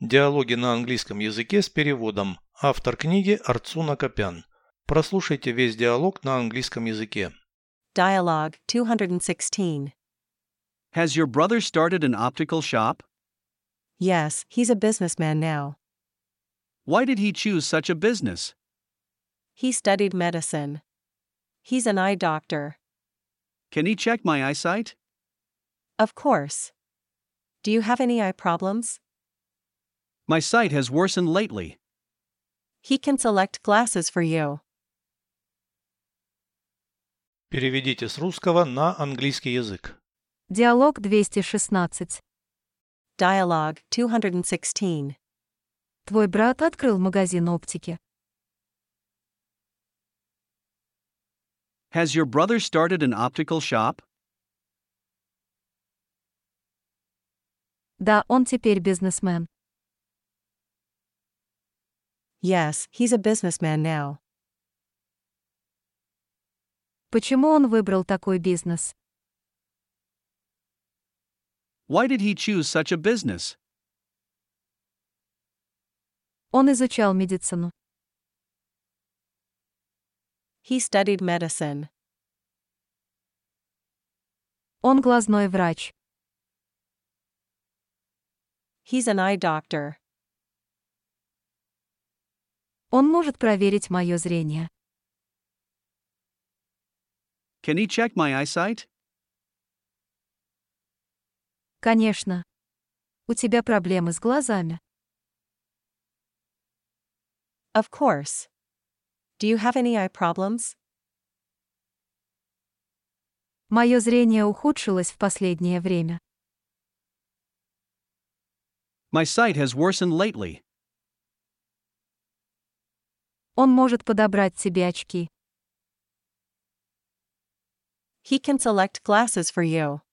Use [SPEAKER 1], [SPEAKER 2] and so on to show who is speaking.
[SPEAKER 1] Диалоги на английском языке с переводом. Автор книги Арцуна Копян. Прослушайте весь диалог на английском языке.
[SPEAKER 2] Dialogue 216.
[SPEAKER 3] Has your brother started an optical shop?
[SPEAKER 2] Yes, he's a businessman now.
[SPEAKER 3] Why did he choose such a business?
[SPEAKER 2] He studied medicine. He's an eye doctor.
[SPEAKER 3] Can he check my eyesight?
[SPEAKER 2] Of course. Do you have any eye problems?
[SPEAKER 3] My sight has worsened lately.
[SPEAKER 2] He can select glasses for you.
[SPEAKER 1] Переведите с русского на английский язык.
[SPEAKER 4] Диалог 216.
[SPEAKER 2] Dialogue 216.
[SPEAKER 4] Твой брат открыл магазин оптики.
[SPEAKER 3] Has your brother started an optical shop?
[SPEAKER 4] Да, он теперь бизнесмен.
[SPEAKER 2] Yes, he's a businessman now.
[SPEAKER 4] Почему он выбрал такой бизнес?
[SPEAKER 3] Why did he choose such a business?
[SPEAKER 4] Он изучал медицину.
[SPEAKER 2] He studied medicine.
[SPEAKER 4] Он глазной врач.
[SPEAKER 2] He's an eye doctor.
[SPEAKER 4] Он может проверить мое зрение.
[SPEAKER 3] Can he check my eyesight?
[SPEAKER 4] Конечно. У тебя проблемы с глазами.
[SPEAKER 2] Of course. Do you have any eye problems?
[SPEAKER 4] Мое зрение ухудшилось в последнее время.
[SPEAKER 3] My sight has worsened lately.
[SPEAKER 4] Он может подобрать тебе очки.
[SPEAKER 2] He can select glasses for you.